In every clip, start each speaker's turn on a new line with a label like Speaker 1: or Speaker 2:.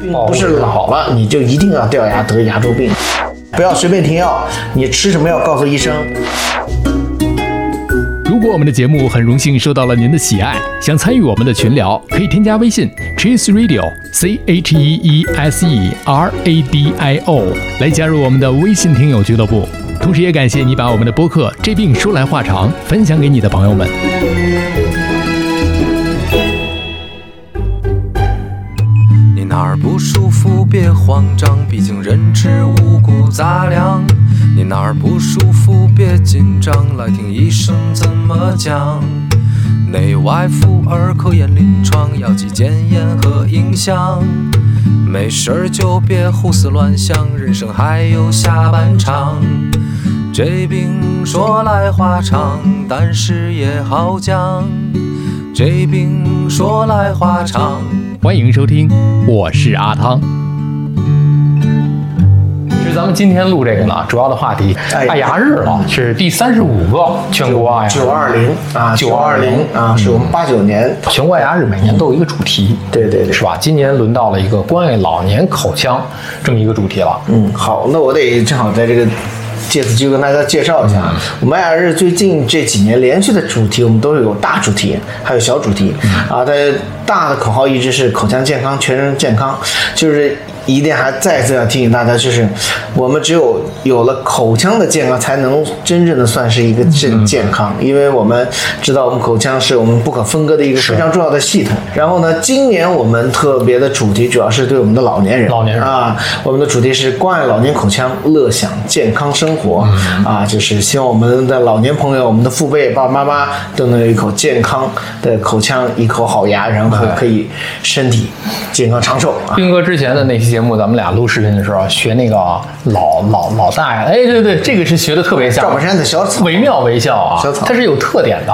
Speaker 1: 并不是老了你就一定要掉牙得牙周病，不要随便停药，你吃什么药告诉医生。
Speaker 2: 如果我们的节目很荣幸受到了您的喜爱，想参与我们的群聊，可以添加微信 Cheese Radio C H E E S E R A D I O 来加入我们的微信听友俱乐部。同时也感谢你把我们的播客《这病说来话长》分享给你的朋友们。
Speaker 3: 你哪儿不舒服别慌张，毕竟人吃五谷杂粮。你哪儿不舒服别紧张，来听医生怎么讲。内外妇儿科眼临床，药剂检验和影像。没事儿就别胡思乱想，人生还有下半场。这病说来话长，但是也好讲。这病说来话长。
Speaker 2: 欢迎收听，我是阿汤。其实咱们今天录这个呢，主要的话题
Speaker 1: 哎
Speaker 2: 爱牙日了，是第三十五个全国爱牙
Speaker 1: 九二零啊，九二零啊，是我们八九年
Speaker 2: 全国爱牙日每年都有一个主题，
Speaker 1: 对对对
Speaker 2: 是吧？今年轮到了一个关爱老年口腔这么一个主题了。
Speaker 1: 嗯，好，那我得正好在这个。借此机会跟大家介绍一下，
Speaker 2: 嗯
Speaker 1: 我们爱尔日最近这几年连续的主题，我们都是有大主题，还有小主题
Speaker 2: 嗯
Speaker 1: 啊。但是大的口号一直是口腔健康，全人健康，就是一定还再次要提醒大家，就是我们只有有了口腔的健康，才能真正的算是一个健健康，
Speaker 2: 嗯
Speaker 1: 因为我们知道我们口腔是我们不可分割的一个非常重要的系统。然后呢，今年我们特别的主题主要是对我们的老年人，
Speaker 2: 老年人
Speaker 1: 啊。啊，我们的主题是关爱老年口腔，乐享健康生活、啊，就是希望我们的老年朋友、我们的父辈、爸爸妈妈都能有一口健康的口腔，一口好牙，然后可以身体健康长寿啊。
Speaker 2: 斌哥之前的那期节目，咱们俩录视频的时候学那个老老老大爷，哎，对对，这个是学的特别像
Speaker 1: 赵本山的小草
Speaker 2: 惟妙惟肖啊
Speaker 1: 小，草
Speaker 2: 它是有特点的，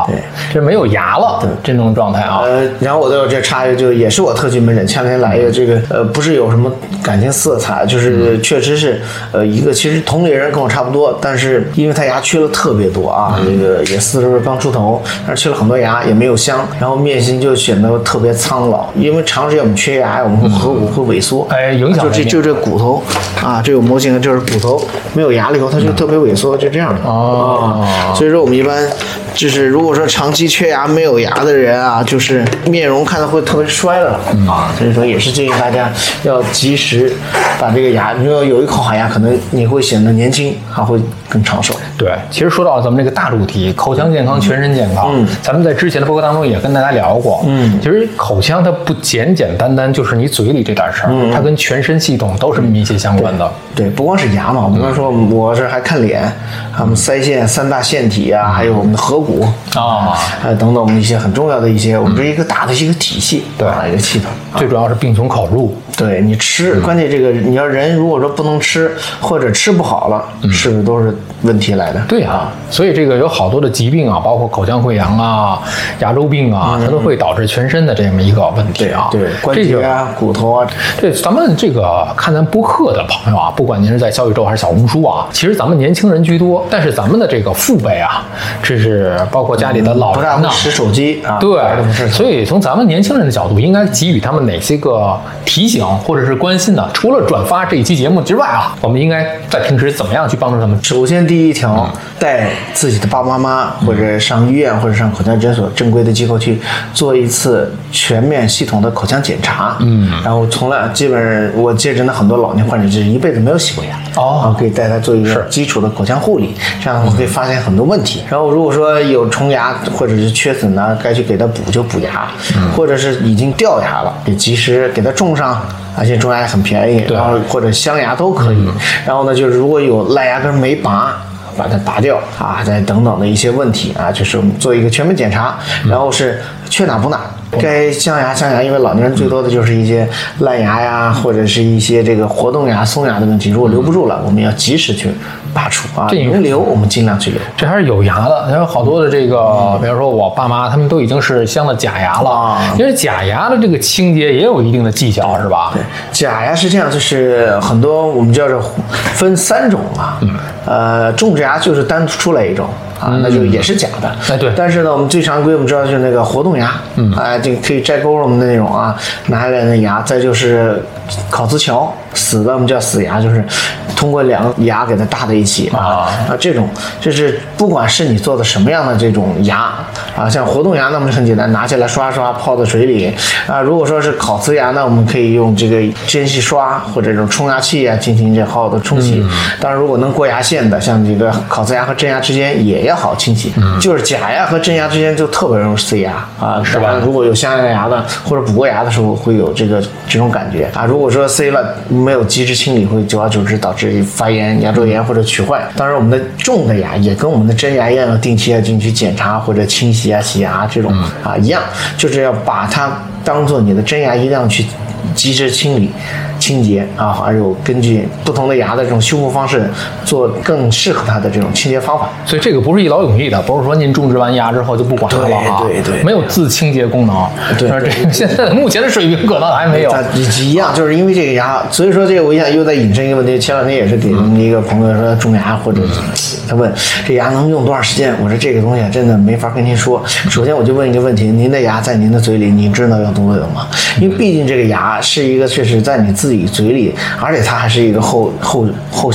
Speaker 2: 这没有牙了，这种状态啊。
Speaker 1: 呃，然后我在我这插一句，就也是我特区门诊，前两天来一个这个，呃，不是有什么感情色彩，
Speaker 2: 嗯
Speaker 1: 就是确实是，呃，一个其实同龄人跟我差不多，但是因为他牙缺了特别多
Speaker 2: 嗯
Speaker 1: 啊，这个也四十刚出头，但是缺了很多牙，也没有镶，然后面型就显得特别苍老，因为长时间我们缺牙，我们会颌骨会萎缩，
Speaker 2: 嗯
Speaker 1: 啊
Speaker 2: 哎影响
Speaker 1: 就这
Speaker 2: 人家
Speaker 1: 就这骨头啊，这有模型，就是骨头没有牙了以后，它就特别萎缩，就这样的
Speaker 2: 嗯哦
Speaker 1: 啊所以说我们一般就是如果说长期缺牙没有牙的人啊，就是面容看着会特别衰老啊，所以说也是建议大家要及时把这个牙，你要有一口好牙，可能你会显得年轻，还会更长寿。
Speaker 2: 对，其实说到咱们这个大主题，口腔健康、全身健康，嗯，咱们在之前的播客当中也跟大家聊过，嗯，其实口腔它不简简单单就是你嘴里这点事儿，它跟全身系统都是密切相关的。
Speaker 1: 对，不光是牙嘛，我们刚才说我这还看脸，啊我们腮腺三大腺体啊，还有我们的颌骨
Speaker 2: 啊
Speaker 1: 还有等等我们一些很重要的一些，我们这一个大的一个体系，
Speaker 2: 对
Speaker 1: 啊，一个系统。
Speaker 2: 最主要是病从口入，
Speaker 1: 对你吃，
Speaker 2: 嗯
Speaker 1: 关键这个你要人如果说不能吃，或者吃不好了，
Speaker 2: 嗯
Speaker 1: 是不是都是问题来的？
Speaker 2: 对啊，所以这个有好多的疾病啊，包括口腔溃疡啊、牙周病啊，它都会导致全身的这么一个问题啊。
Speaker 1: 对，关
Speaker 2: 这
Speaker 1: 节
Speaker 2: 个
Speaker 1: 啊、骨头啊，
Speaker 2: 对，咱们这个看咱播客的朋友啊，不管您是在小宇宙还是小红书啊，其实咱们年轻人居多，但是咱们的这个父辈啊，这是包括家里的老
Speaker 1: 嗯不
Speaker 2: 人
Speaker 1: 大
Speaker 2: 呐、
Speaker 1: 会使手机啊，
Speaker 2: 对
Speaker 1: 这种事，情。
Speaker 2: 所以从咱们年轻人的角度，应该给予他们哪些个提醒或者是关心呢？除了转发这一期节目之外啊，我们应该在平时怎么样去帮助他们？
Speaker 1: 首先第一条，带自己的爸爸妈妈或者上医院或者上口腔诊所正规的机构去做一次全面系统的口腔检查。嗯，然后从来基本上我接诊的很多老年患者就是一辈子没有洗过牙，
Speaker 2: 哦
Speaker 1: 然后可以带他做一个基础的口腔护理，这样我会发现很多问题。然后如果说有虫牙或者是缺损呢，该去给他补就补牙，或者是已经掉牙了，也及时给他种上。而且种牙也很便宜，然后或者镶牙都可以。然后呢，就是如果有烂牙根没拔，把它拔掉啊，再等等的一些问题啊，就是我们做一个全面检查，然后是缺哪补哪。该镶牙镶牙，因为老年人最多的就是一些烂牙呀，或者是一些这个活动牙、松牙的问题。如果留不住了，我们要及时去拔除啊。
Speaker 2: 这个
Speaker 1: 能留我们尽量去留。
Speaker 2: 这还是有牙的，还有好多的这个，比如说我爸妈他们都已经是镶了假牙了
Speaker 1: 嗯啊，
Speaker 2: 因为假牙的这个清洁也有一定的技巧，是吧？
Speaker 1: 假牙是这样，就是很多我们叫做分三种啊，
Speaker 2: 嗯
Speaker 1: 呃，种植牙就是单出来一种啊，那就也是假的。
Speaker 2: 哎对
Speaker 1: 但是呢，我们最常规我们知道就是那个活动牙，嗯，哎，这个可以摘钩儿我们的那种啊，拿下来的牙。再就是烤瓷桥死的我们叫死牙，就是通过两个牙给它搭在一起
Speaker 2: 啊
Speaker 1: 啊，这种就是不管是你做的什么样的这种牙啊，像活动牙那么就很简单，拿起来刷刷泡在水里啊。如果说是烤瓷牙呢，我们可以用这个蒸汽刷或者这种冲牙器啊进行这好好的冲洗。当然，如果能过牙线的，像这个烤瓷牙和真牙之间也要好清洗，就是假牙和真牙之间就特别容易塞牙嗯啊，是
Speaker 2: 吧
Speaker 1: 如果有镶牙的或者补过牙的时候，会有这个这种感觉啊。如果说塞了没有及时清理，会久而久之导致发炎、牙周炎或者龋坏。当然，我们的种的牙也跟我们的真牙一样，要定期要进去检查或者清洗啊、洗牙这种啊一样，就是要把它当做你的真牙一样去及时清理。清洁啊，还有根据不同的牙的这种修复方式，做更适合它的这种清洁方法。
Speaker 2: 所以这个不是一劳永逸的，不是说您种植完牙之后就不管它了啊，
Speaker 1: 对对对
Speaker 2: 没有自清洁功能。
Speaker 1: 对
Speaker 2: 是吧这个现在的目前的水平可能还没有。啊
Speaker 1: 它一样，啊就是因为这个牙，所以说这个我想又在引申一个问题。前两天也是给一个朋友说种牙，或
Speaker 2: 嗯
Speaker 1: 者他问这牙能用多长时间，我说这个东西啊真的没法跟您说。
Speaker 2: 嗯
Speaker 1: 首先我就问一个问题：您的牙在您的嘴里，您知道要多久吗？
Speaker 2: 嗯
Speaker 1: 因为毕竟这个牙是一个确实在你自己嘴里，而且它还是一个后后后。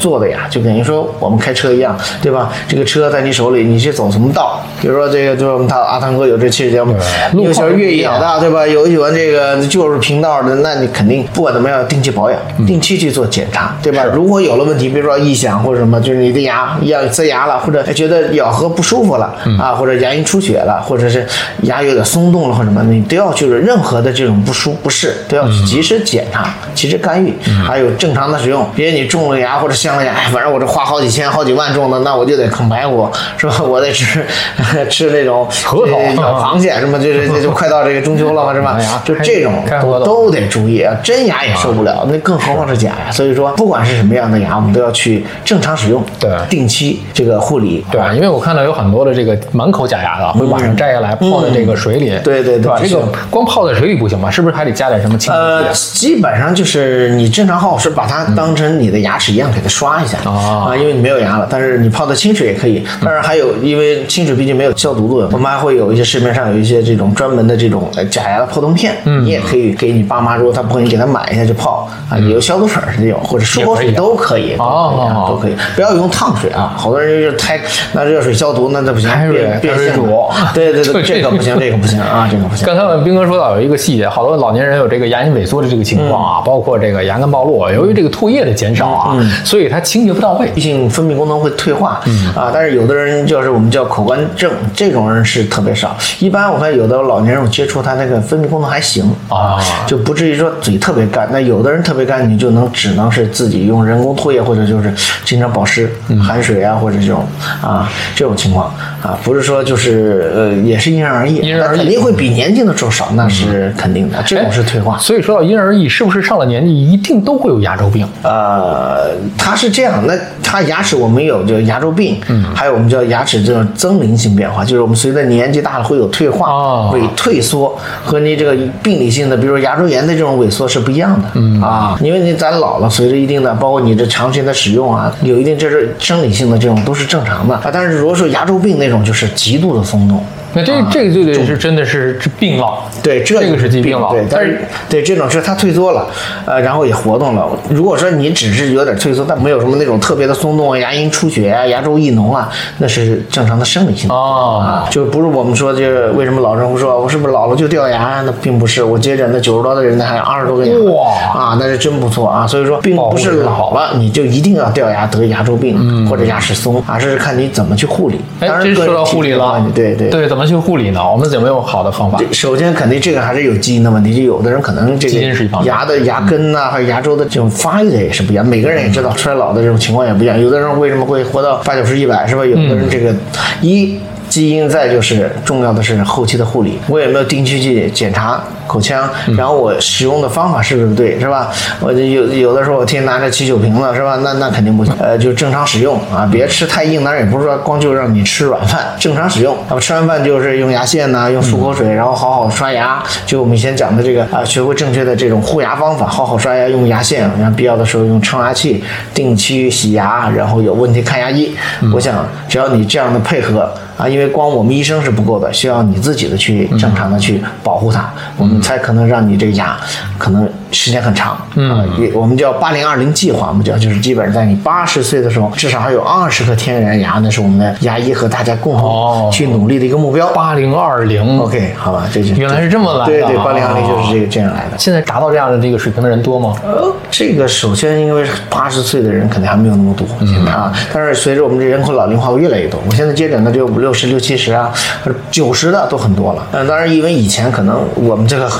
Speaker 1: 做的呀，就等于说我们开车一样，对吧？这个车在你手里，你是走什么道？比如说这个，就是我们他阿汤哥有这期节目，
Speaker 2: 路
Speaker 1: 有
Speaker 2: 况
Speaker 1: 喜欢
Speaker 2: 不
Speaker 1: 越
Speaker 2: 一
Speaker 1: 野
Speaker 2: 样
Speaker 1: 的，啊，对吧？有喜欢这个就是频道的，那你肯定不管怎么样，定期保养，
Speaker 2: 嗯
Speaker 1: 定期去做检查，对吧？如果有了问题，比如说异响或者什么，就是你的牙要塞牙了，或者哎觉得咬合不舒服了
Speaker 2: 嗯
Speaker 1: 啊，或者牙龈出血了，或者是牙有点松动了或者什么，你都要就是任何的这种不舒不适都要
Speaker 2: 嗯
Speaker 1: 去及时检查、及时干预，还有正常的使用。别你种了牙或者镶了牙，哎反正我这花好几千、好几万种的，那我就得啃白果，是吧？我得吃 吃那种
Speaker 2: 核桃
Speaker 1: 呃咬螃蟹什么，这这这就快到这个中秋了嘛，是吧
Speaker 2: 啊哎呀？
Speaker 1: 就这种
Speaker 2: 开开合
Speaker 1: 都
Speaker 2: 同
Speaker 1: 都得注意啊，真牙也受不了，那更何况是假牙。所以说，不管是什么样的牙，我们都要去正常使用，
Speaker 2: 对
Speaker 1: 定期这个护理。
Speaker 2: 对吧？因为我看到有很多的这个满口假牙的，会晚上摘下来泡在这个水里，
Speaker 1: 嗯对对对
Speaker 2: 吧？这
Speaker 1: 是
Speaker 2: 个光泡在水里不行吧？是不是还得加点什么清洁剂
Speaker 1: 呃，
Speaker 2: 啊？
Speaker 1: 基本上就是你正常耗是把它当成你的牙齿一样给它刷一下
Speaker 2: 哦
Speaker 1: 啊，因为你没有牙了，但是你泡的清水也可以。当然还有，因为清水毕竟没有消毒作用，我们还会有一些市面上有一些这种专门的这种呃假牙的破洞片，
Speaker 2: 嗯
Speaker 1: 你也可以给你爸妈，如果他不会，你给他买一下就泡啊，有消毒水儿这种或者漱口
Speaker 2: 也可以
Speaker 1: 水
Speaker 2: 啊
Speaker 1: 都可以，都可以啊
Speaker 2: 哦
Speaker 1: 都可以，不要用烫水啊，好多人就是开那热水消毒，那那不行
Speaker 2: 开，水
Speaker 1: 变变
Speaker 2: 开水
Speaker 1: 性
Speaker 2: 煮
Speaker 1: 了对对 对，
Speaker 2: 这
Speaker 1: 这个不行，这个不行啊，这个不行。
Speaker 2: 刚才我们斌哥说到有一个细节，好多老年人有这个牙龈萎缩的这个情况
Speaker 1: 嗯
Speaker 2: 啊，包括这个牙根暴露，啊由于这个唾液的减少啊，所以它清洁不到位
Speaker 1: 毕。竟分泌功能会退化，
Speaker 2: 嗯
Speaker 1: 啊，但是有的人就是我们叫口干症，这种人是特别少。一般我看有的老年人我接触他那个分泌功能还行
Speaker 2: 啊
Speaker 1: 就不至于说嘴特别干。那有的人特别干，你就能只能是自己用人工唾液或者就是经常保湿、
Speaker 2: 嗯
Speaker 1: 含水啊，或者这种啊这种情况啊，不是说就是呃也是因人而异，
Speaker 2: 因人而
Speaker 1: 那
Speaker 2: 异嗯哎
Speaker 1: 肯定会比年轻的时候少，那是肯定的，这种是退化。
Speaker 2: 所以说到因人而异，是不是上了年纪一定都会有牙周病？
Speaker 1: 呃，它是这样，那它牙齿我们有就牙周病，嗯，还有我们叫牙齿这种增龄性变化，就是我们随着年纪大了会有退化、
Speaker 2: 哦
Speaker 1: 萎退缩，和你这个病理性的，比如说牙周炎的这种萎缩是不一样的，嗯啊，因为你咱老了，随着一定的，包括你这长时间的使用啊，有一定这是生理性的这种都是正常的啊，但是如果说牙周病那种就是极度的松动。
Speaker 2: 那这、
Speaker 1: 啊
Speaker 2: 这个就得是真的是这病了。
Speaker 1: 对，这
Speaker 2: 这个是疾病了
Speaker 1: 对，但
Speaker 2: 但
Speaker 1: 是
Speaker 2: 是
Speaker 1: 对这种是它退缩了，呃，然后也活动了。如果说你只是有点退缩，但没有什么那种特别的松动啊、牙龈出血啊、牙周易脓啊，那是正常的生理性的
Speaker 2: 哦
Speaker 1: 啊，就不是我们说这为什么老人会说我是不是老了就掉牙啊？那并不是，我接诊的九十多的人呢，还有二十多个牙，
Speaker 2: 哇
Speaker 1: 啊，那是真不错啊。所以说，并不是老了你就一定要掉牙得牙周病、或者牙齿松啊，这是看你怎么去护理。
Speaker 2: 嗯哎
Speaker 1: 当，然
Speaker 2: 这
Speaker 1: 个
Speaker 2: 说
Speaker 1: 人
Speaker 2: 到
Speaker 1: 体
Speaker 2: 护理
Speaker 1: 质的话
Speaker 2: 了，
Speaker 1: 对对
Speaker 2: 对，怎么去护理呢？我们有没有好的方法？
Speaker 1: 这首先肯定这个还是有基因的问题，就有的人可能这
Speaker 2: 基因是一方
Speaker 1: 个
Speaker 2: 面
Speaker 1: 牙的牙根呐、还有牙周的这种发育的也是不一样，每个人也知道衰老的这种情况也不一样，有的人为什么会活到八九十、一百是吧？有的
Speaker 2: 嗯
Speaker 1: 人这个一。基因再就是重要的是后期的护理，我有没有定期去检查口腔，
Speaker 2: 嗯
Speaker 1: 然后我使用的方法是不是对，是吧？我就有有的时候我天天拿着啤酒瓶子是吧？那那肯定不行，呃，就正常使用啊，别吃太硬，当然也不是说光就让你吃软饭，正常使用。那么吃完饭就是用牙线呐、用漱口
Speaker 2: 嗯
Speaker 1: 水，然后好好刷牙，就我们以前讲的这个啊，学会正确的这种护牙方法，好好刷牙，用牙线，然后必要的时候用冲牙器，定期洗牙，然后有问题看牙医。
Speaker 2: 嗯
Speaker 1: 我想，只要你这样的配合啊，因为光我们医生是不够的，
Speaker 2: 嗯
Speaker 1: 需要你自己的去正常的去保护它，我们才可能让你这个牙可能时间很长，嗯，也我们叫八零二零计划，我们叫就是基本上在你八十岁的时候，至少还有二十颗天然牙，那是我们的牙医和大家共
Speaker 2: 哦
Speaker 1: 同去努力的一个目标。
Speaker 2: 八零二零
Speaker 1: OK，好吧，这就
Speaker 2: 原来是这么来的
Speaker 1: 哦对对，
Speaker 2: 啊
Speaker 1: 八零二零就是这个这样来的。
Speaker 2: 现在达到这样的这个水平的人多吗？
Speaker 1: 呃，这个首先因为八十岁的人可能还没有那么多，
Speaker 2: 嗯
Speaker 1: 现在啊，但是随着我们这人口老龄化会越来越多，我现在接诊的就五六十、六七十啊，或者九十的都很多了。呃，当然因为以前可能我们这个，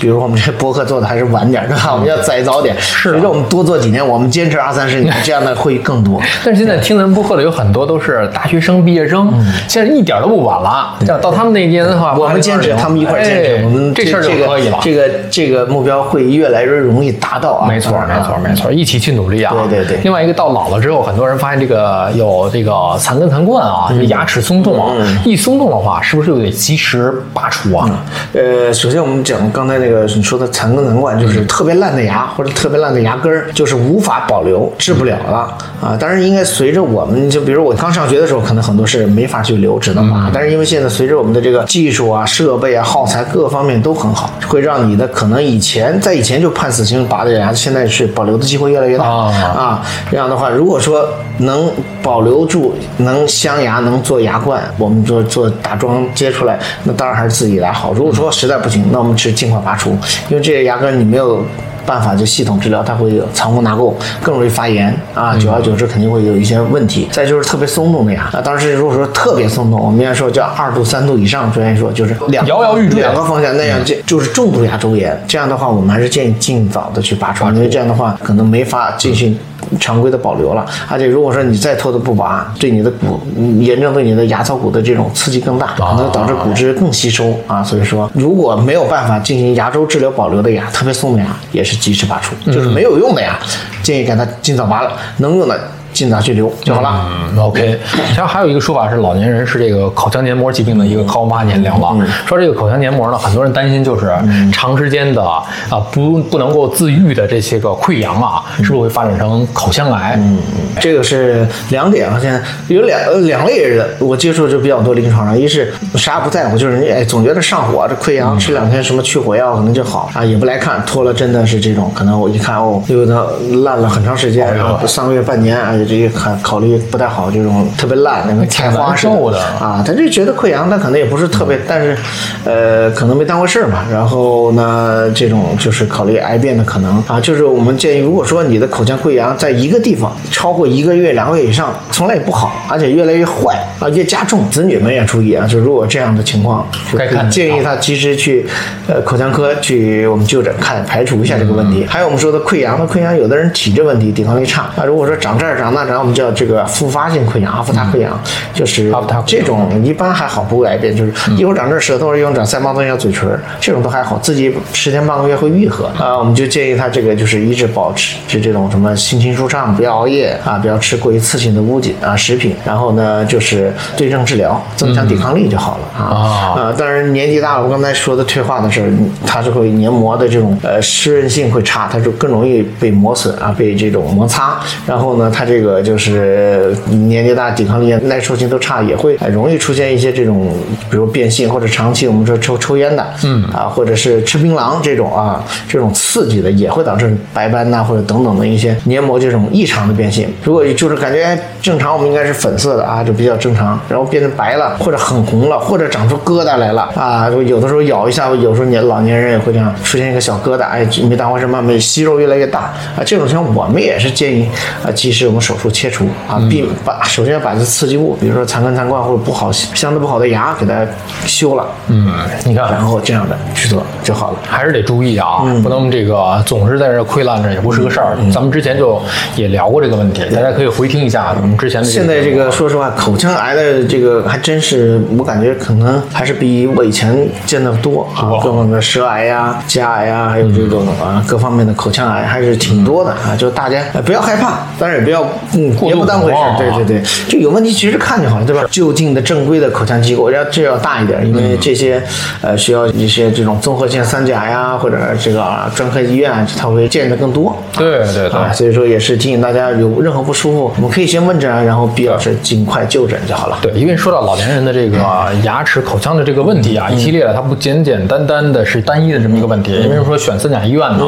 Speaker 1: 比如我们这播客做的还是晚点儿，对吧？我们要再早
Speaker 2: 嗯
Speaker 1: 点，
Speaker 2: 啊
Speaker 1: 是随着我们多做几年，我们坚持二三十年，这样的会更 多。
Speaker 2: 但是现在听咱们播客的有很多都是大学生、毕业生，现在一点都不晚了。要到他们那一年的话，
Speaker 1: 嗯我们坚持，
Speaker 2: 80-20
Speaker 1: 他们一块儿坚
Speaker 2: 哎
Speaker 1: 持，我们
Speaker 2: 这事儿就
Speaker 1: 这个
Speaker 2: 可以了。
Speaker 1: 这个这个目标会越来越容易达到啊！
Speaker 2: 没错，没错，没错，一起去努力啊！
Speaker 1: 对对对
Speaker 2: 另外一个，到老了之后，很多人发现这个有这个残根残冠啊，
Speaker 1: 嗯
Speaker 2: 这个牙齿松动啊，一松动的话，是不是就得及时拔除啊？
Speaker 1: 呃，首先我们讲刚才那个你说的残根残冠，就是特别烂的牙或者特别烂的牙根儿，就是无法保留，治不了了啊。当然，应该随着我们就比如我刚上学的时候，可能很多是没法去留，只能拔。但是因为现在随着我们的这个技术啊、设备啊、耗材各方面都很好，会让你的可能以前在以前就判死刑拔的牙，现在是保留的机会越来越大
Speaker 2: 啊
Speaker 1: 啊。这样的话，如果说能保留住，能镶牙，能做牙冠，我们做做打桩接出来，那当然还是自己来好。如果说实在不行，那我们只尽快拔除，因为这些牙根你没有。办法就系统治疗，它会有藏污纳垢，更容易发炎啊。久而久之肯定会有一些问题。再就是特别松动的牙，那当时如果说特别松动，我们应该说叫二度、三度以上，专业说就是两
Speaker 2: 摇摇欲坠
Speaker 1: 两个方向那样，这就是重度牙周炎。这样的话，我们还是建议尽早的去拔除，因为这样的话可能没法进行常规的保留了。而且如果说你再拖的不拔，对你的骨嗯炎症对你的牙槽骨的这种刺激更大，可能导致骨质更吸收啊。所以说，如果没有办法进行牙周治疗保留的牙，特别松的牙，也是及时拔除，就是没有用的牙，建议给它尽早拔了，能用的尽早去留就好了。
Speaker 2: 嗯，OK。然后还有一个说法是，老年人是这个口腔黏膜疾病的一个高发年龄
Speaker 1: 嗯
Speaker 2: 了。说这个口腔黏膜呢，很多人担心就是长时间的啊、不不能够自愈的这些个溃疡啊，
Speaker 1: 嗯
Speaker 2: 是不是会发展成口腔癌？嗯，
Speaker 1: 这个是两点啊，现在有两呃两类人，我接触就比较多临床上，一是啥也不在乎，就是人家哎总觉得上火，这溃疡吃两天什么去火药可能就好啊，也不来看，拖了真的是这种，可能我一看哦，有的烂了很长时间，然后三个月半年，哎这个考考虑不太好，这种特别烂那个菜花似
Speaker 2: 挺难受的
Speaker 1: 的啊，他就觉得溃疡，他可能也不是特别，但是，呃，可能没当回事儿嘛。然后呢，这种就是考虑癌变的可能啊，就是我们建议，如果说你的口腔溃疡在一个地方超过一个月、两个月以上，从来也不好，而且越来越坏啊，越加重。子女们也注意啊，就如果这样的情况，就
Speaker 2: 该看
Speaker 1: 建议他及时去，呃，口腔科去我们就诊看，排除一下这个问题。
Speaker 2: 嗯
Speaker 1: 还有我们说的溃疡，那溃疡有的人体质问题，抵抗力差啊，如果说长这儿长那长，我们叫这个复发性溃疡、阿伏他溃疡，就是
Speaker 2: 阿伏他溃疡嗯
Speaker 1: 这种。这种一般还好，不会癌变，就是一会儿长这儿舌头，一会儿长腮帮子，一会儿长嘴唇儿，这种都还好，自己十天半个月会愈合
Speaker 2: 嗯
Speaker 1: 啊。我们就建议他这个就是一直保持这这种什么心情舒畅，不要熬夜啊，不要吃过于刺激的物质啊食品，然后呢就是对症治疗，增强抵抗力就好了啊。呃，当然年纪大了，我刚才说的退化的事儿，它是会黏膜的这种呃湿润性会差，它就更容易被磨损啊，被这种摩擦。然后呢，它这个就是年纪大，抵抗力、耐受性都差，也会呃容易出现一些这种，比如变性或者长期我们说抽抽烟的，嗯啊，或者是吃槟榔这种啊，这种刺激的也会导致白斑呐、或者等等的一些黏膜这种异常的变性。如果就是感觉哎正常，我们应该是粉色的啊，就比较正常，然后变成白了，或者很红了，或者长出疙瘩来了啊，就有的时候咬一下，有时候年老年人也会这样出现一个小疙瘩，哎，没当回事，慢慢息肉越来越大啊，这种情况我们也是建议啊，及时我们手术切除啊，避把首先把这刺激物，比如说残根残冠或者不好相对不好的牙给它修了，嗯，
Speaker 2: 你看
Speaker 1: 然后这样的去做就好了。
Speaker 2: 还是得注意啊，
Speaker 1: 嗯
Speaker 2: 不能这个总是在这溃烂着也不是个事儿。咱们之前就也聊过这个问题，大家可以回听一下我们之前的。
Speaker 1: 现在这
Speaker 2: 啊
Speaker 1: 个，说实话，口腔癌的这个还真是，我感觉可能还是比我以前见的多啊，各方面的舌癌呀、颊癌
Speaker 2: 嗯
Speaker 1: 呀，还有这种啊各方面的口腔癌还是挺多的啊。就大家呃不要害怕，但是也不要嗯，
Speaker 2: 过
Speaker 1: 也
Speaker 2: 度
Speaker 1: 不当回事
Speaker 2: 恐
Speaker 1: 儿，
Speaker 2: 慌
Speaker 1: 对
Speaker 2: 啊
Speaker 1: 对对，就有问题及时看就好了，对吧？就近的正规的口腔机构要这要大一点，因
Speaker 2: 嗯
Speaker 1: 为这些、呃需要一些这种综合性三甲呀，或者这个啊专科医院啊，它会建的更多。
Speaker 2: 对对对
Speaker 1: 啊，，所以说也是提醒大家，有任何不舒服，我们可以先问诊啊，然后必要是尽快就诊就好了。
Speaker 2: 对，因为说到老年人的这个
Speaker 1: 嗯
Speaker 2: 牙齿、口腔的这个问题啊，一系列的，它不简简单单的是单一的这么一个问题。
Speaker 1: 嗯
Speaker 2: 因为说选三甲医院呢，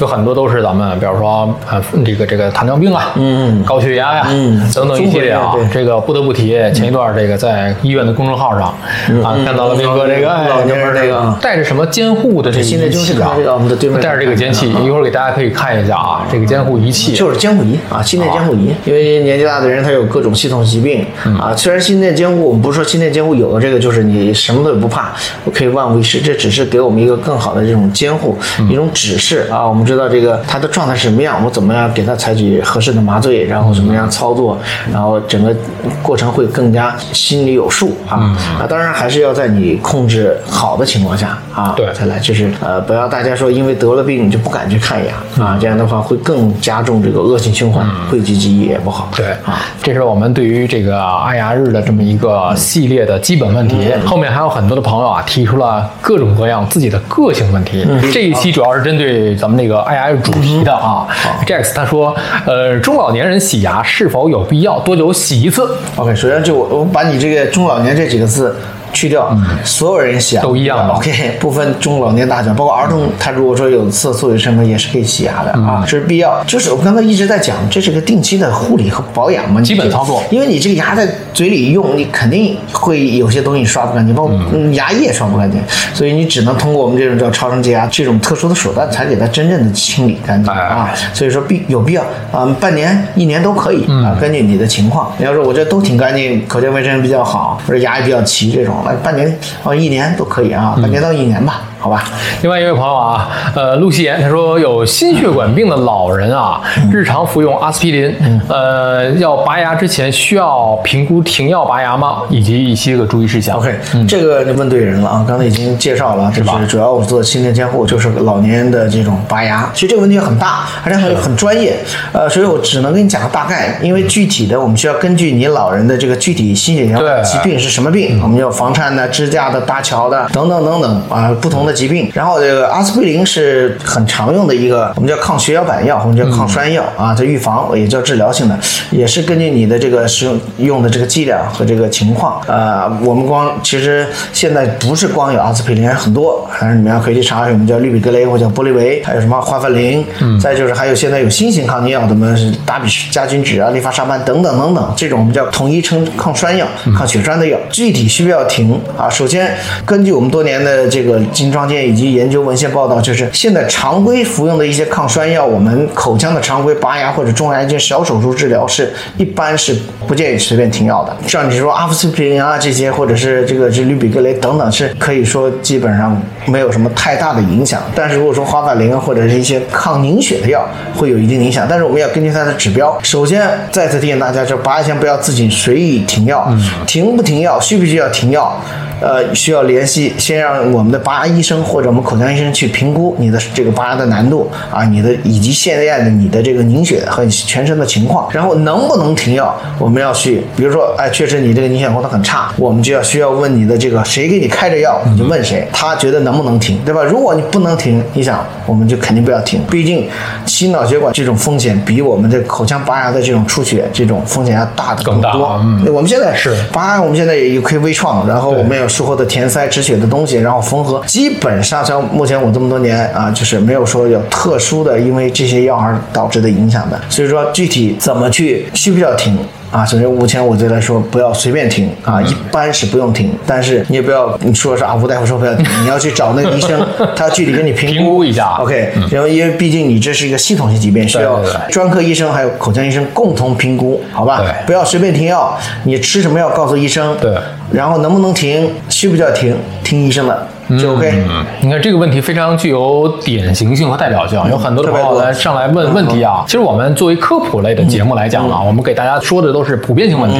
Speaker 2: 有很多都是咱们，比如说呃，这个这个糖尿病啊，嗯，高血压呀、
Speaker 1: 嗯
Speaker 2: 等等一系列啊
Speaker 1: 综合病，对
Speaker 2: 这个不得不提，前一段这个在医院的公众号上
Speaker 1: 嗯
Speaker 2: 啊，看到了斌哥这个哎
Speaker 1: 老年人这个
Speaker 2: 带着什么监护的这个
Speaker 1: 现在
Speaker 2: 仪
Speaker 1: 就是
Speaker 2: 器啊
Speaker 1: 看这个我们嗯的对，面
Speaker 2: 带着这个监器，一会儿给大家可以看一下啊，这个监护仪器
Speaker 1: 就是监护仪啊，心电监护仪，因为年纪大的人他有各种系统疾病
Speaker 2: 嗯
Speaker 1: 啊。虽然心电监护，我们不是说心电监护有了这个就是你什么都不怕，我可以万无一失，这只是给我们一个更好的这种监护、
Speaker 2: 嗯
Speaker 1: 一种指示啊。我们知道这个他的状态是什么样，我们怎么样给他采取合适的麻醉，然后怎么样操作，然后整个过程会更加心里有数啊。啊，当然还是要在你控制好的情况下啊，
Speaker 2: 对
Speaker 1: 才来，就是呃，不要大家说因为得了病就不敢去看牙啊，这样的话会更加重这个恶性循环，讳疾忌医也不好。
Speaker 2: 对
Speaker 1: 啊，
Speaker 2: 这是我们对于这个爱牙日的这么一个系列的基本问题。后面还有很多的朋友啊，提出了各种各样自己的个性问题。这一期主要是针对咱们那个爱牙日主题的啊。Jax 他说，呃，中老年人洗牙是否有必要？多久洗一次？
Speaker 1: OK，首先就我我把你这个中老年这几个字。去掉，所有人洗牙
Speaker 2: 嗯都一样吧
Speaker 1: OK，不分中老年大小，包括儿童，他如果说有色素有什么，也是可以洗牙的啊，这是必要。就是我刚才一直在讲，这是个定期的护理和保养嘛，你
Speaker 2: 基本
Speaker 1: 这个
Speaker 2: 操作
Speaker 1: 因为你这个牙在嘴里用，你肯定会有些东西刷不干净，包括嗯牙液刷不干净，所以你只能通过我们这种叫超声洁牙这种特殊的手段，才给它真正的清理干净
Speaker 2: 哎
Speaker 1: 啊。所以说必有必要啊、半年、一年都可以啊，根据你的情况。你要说我这都挺干净，口腔卫生比较好，或者牙也比较齐这种，那半年啊、一年都可以啊，半年到一年吧，好吧。
Speaker 2: 另外一位朋友啊，呃，陆希言他说有心血管病的老人啊，日常服用阿司匹林，呃，要拔牙之前需要评估停药拔牙吗？以及一些个注意事项。
Speaker 1: OK，、这个你问对人了啊！刚才已经介绍了，就是主要我做心电监护，就是老年人的这种拔牙。其实这个问题很大，而且很很专业，呃，所以我只能跟你讲个大概，因为具体的我们需要根据你老人的这个具体心血
Speaker 2: 对
Speaker 1: 管疾病是什么病，我们有房颤的、支架的、搭桥的等等等等啊、不同的疾病。然后这个阿司匹林是很常用的一个，我们叫抗血小板药，我们叫抗栓药、啊，它预防也叫治疗性的，也是根据你的这个使用用的这个剂量和这个情况。呃，我们光其实现在不是光有阿司匹林，还有很多，还是你们要可以去查，我们叫氯吡格雷或者叫玻利维，还有什么花粪林，再就是还有现在有新型抗凝药，什么达比加菌酯啊、利伐沙班等等等等，这种我们叫统一称抗栓药、抗血栓的药，具体需不需要停啊？首先，根据我们多年的这个临床经验以及研究文献报道，就是现在常规服用的一些抗栓药，我们口腔的常规拔牙或者种牙一些小手术治疗是一般是不建议随便停药的。像你说阿司匹林啊这些，或者是这个这氯吡格雷等等，是可以说基本上没有什么太大的影响。但是如果说花粉灵啊或者是一些抗凝血的药，会有一定影响。但是我们要根据它的指标，首先再次提醒大家，就拔牙前不要自己随意停药，停不停药，需不需要停药。呃，需要联系，先让我们的拔牙医生或者我们口腔医生去评估你的这个拔牙的难度啊，你的以及现在的你的这个凝血和你全身的情况，然后能不能停药，我们要去，比如说，哎，确实你这个凝血功能很差，我们就要需要问你的这个谁给你开着药，你就问谁，他觉得能不能停，对吧？如果你不能停，你想我们就肯定不要停，毕竟心脑血管这种风险比我们的口腔拔牙的这种出血这种风险要大得
Speaker 2: 更大
Speaker 1: 多。
Speaker 2: 啊嗯
Speaker 1: 我们现在
Speaker 2: 是
Speaker 1: 八，我们现在也有可以微创，然后我们有术后的填塞止血的东西，然后缝合，基本上像目前我这么多年啊，就是没有说有特殊的因为这些药而导致的影响的。所以说具体怎么去需不需要停？啊，首先目前我觉得说不要随便停啊，一般是不用停，但是你也不要你说是啊，吴大夫说不要停，你要去找那个医生，他具体给你评
Speaker 2: 评估一下
Speaker 1: OK，然后因为毕竟你这是一个系统性疾病，需要
Speaker 2: 啊嗯对对对
Speaker 1: 专科医生还有口腔医生共同评估，好吧？
Speaker 2: 对
Speaker 1: 不要随便停药，你吃什么药告诉医生。
Speaker 2: 对
Speaker 1: 然后能不能停，需不需要停，听医生的。
Speaker 2: 嗯
Speaker 1: 就 OK。
Speaker 2: 你看这个问题非常具有典型性和代表性，有很
Speaker 1: 嗯
Speaker 2: 多的朋友来上来问问题啊。其实我们作为科普类的节目来讲
Speaker 1: 嗯
Speaker 2: 啊，我们给大家说的都是普遍性问题，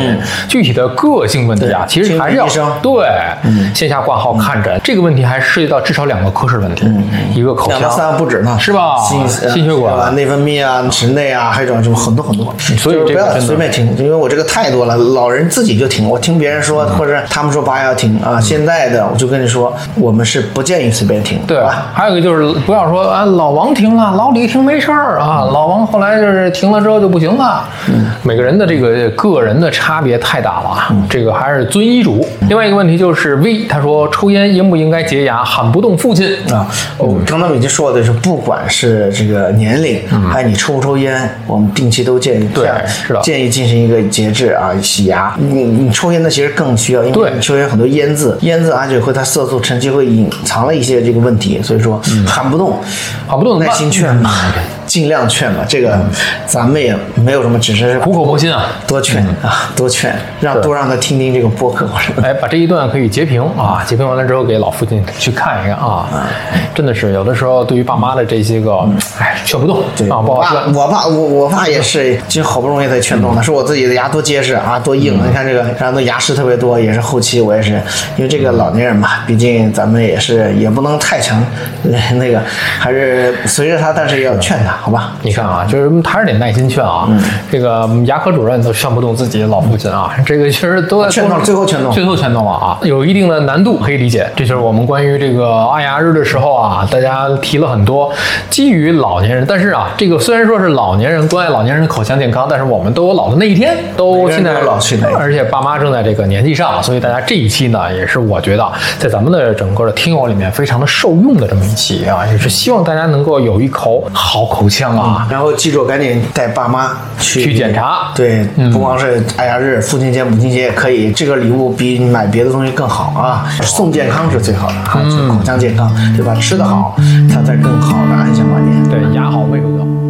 Speaker 2: 具体的个性问题啊，其实还是要
Speaker 1: 心理医生嗯
Speaker 2: 对线下挂号看诊这个问题，还涉及到至少两个科室问题，一个口
Speaker 1: 嗯两到
Speaker 2: 腔
Speaker 1: 三不止呢，
Speaker 2: 是吧？
Speaker 1: 心
Speaker 2: 心血管
Speaker 1: 啊、内分泌啊、室内啊，还有一种什么很多很多，
Speaker 2: 所以
Speaker 1: 就是不
Speaker 2: 这个
Speaker 1: 要
Speaker 2: 真的
Speaker 1: 随便听，因为我这个太多了，老人自己就听，我听别人说或者他们说八要听
Speaker 2: 嗯
Speaker 1: 啊，现在的我就跟你说，我们是不建议随便听，
Speaker 2: 对啊
Speaker 1: 吧？，
Speaker 2: 还有一个就是不要说啊，老王停了，老李停没事儿啊，
Speaker 1: 嗯
Speaker 2: 老王后来就是停了之后就不行了。每个人的这个个人的差别太大了啊，
Speaker 1: 嗯
Speaker 2: 这个还是遵医嘱。另外一个问题就是 V，他说抽烟应不应该洁牙，喊不动父亲
Speaker 1: 啊，我刚才已经说的是，不管是这个年龄，还有你抽不抽烟，我们定期都建议
Speaker 2: 嗯对是的
Speaker 1: 建议进行一个节制啊，洗牙。你你抽烟的其实更需要，因
Speaker 2: 对
Speaker 1: 为你抽烟很多烟渍，烟渍而且会它色素沉积会隐藏了一些这个问题，所以说喊不动，
Speaker 2: 嗯喊不动怎么
Speaker 1: 耐
Speaker 2: 办嗯
Speaker 1: 心劝吧， 尽量劝吧。这个咱们也没有什么，只是
Speaker 2: 苦口婆心啊。
Speaker 1: 多劝啊，多劝，让多让他听听这个播客或者。
Speaker 2: 哎，把这一段可以截屏啊，截屏完了之后给老父亲去看一看啊，
Speaker 1: 嗯
Speaker 2: 真的是有的时候对于爸妈的这些个，哎，劝不动
Speaker 1: 对，
Speaker 2: 啊，不
Speaker 1: 我
Speaker 2: 好嗯
Speaker 1: 爸，
Speaker 2: 劝。
Speaker 1: 我爸，我我爸也是，就好不容易才劝动他，说我自己的牙多结实啊，多硬。
Speaker 2: 嗯
Speaker 1: 你看这个，然后都牙石特别多，也是后期我也是，因为这
Speaker 2: 嗯
Speaker 1: 个老年人嘛，毕竟咱们也是也不能太强， 那个还是随着他，但是要劝他，好吧？
Speaker 2: 你看啊，就是还是得耐心劝啊。
Speaker 1: 嗯
Speaker 2: 这个牙科主任都劝不动自己的老父亲啊，这个确实都
Speaker 1: 劝动了最后劝动了
Speaker 2: 最后劝动了啊，有一定的难度可以理解。这就是我们关于这个爱牙日的时候啊，大家提了很多基于老年人，但是啊，这个虽然说是老年人关爱老年人的口腔健康，但是我们都有老的那一天，
Speaker 1: 每
Speaker 2: 都
Speaker 1: 个人
Speaker 2: 现在
Speaker 1: 都有老去的那一天
Speaker 2: 而且爸妈正在这个年纪上，所以大家这一期呢，也是我觉得在咱们的整个的听友里面非常的受用的这么一期啊，也是希望大家能够有一口好口腔啊。
Speaker 1: 然后记住，赶紧带爸妈去
Speaker 2: 去检查嗯
Speaker 1: 对，不光是爱牙日，父亲节、母亲节也可以。这个礼物比买别的东西更好啊！送健康是最好的
Speaker 2: 嗯
Speaker 1: 啊，就是口腔健康，对吧？吃得好，他才更好的安享晚年。
Speaker 2: 对，牙好胃口好。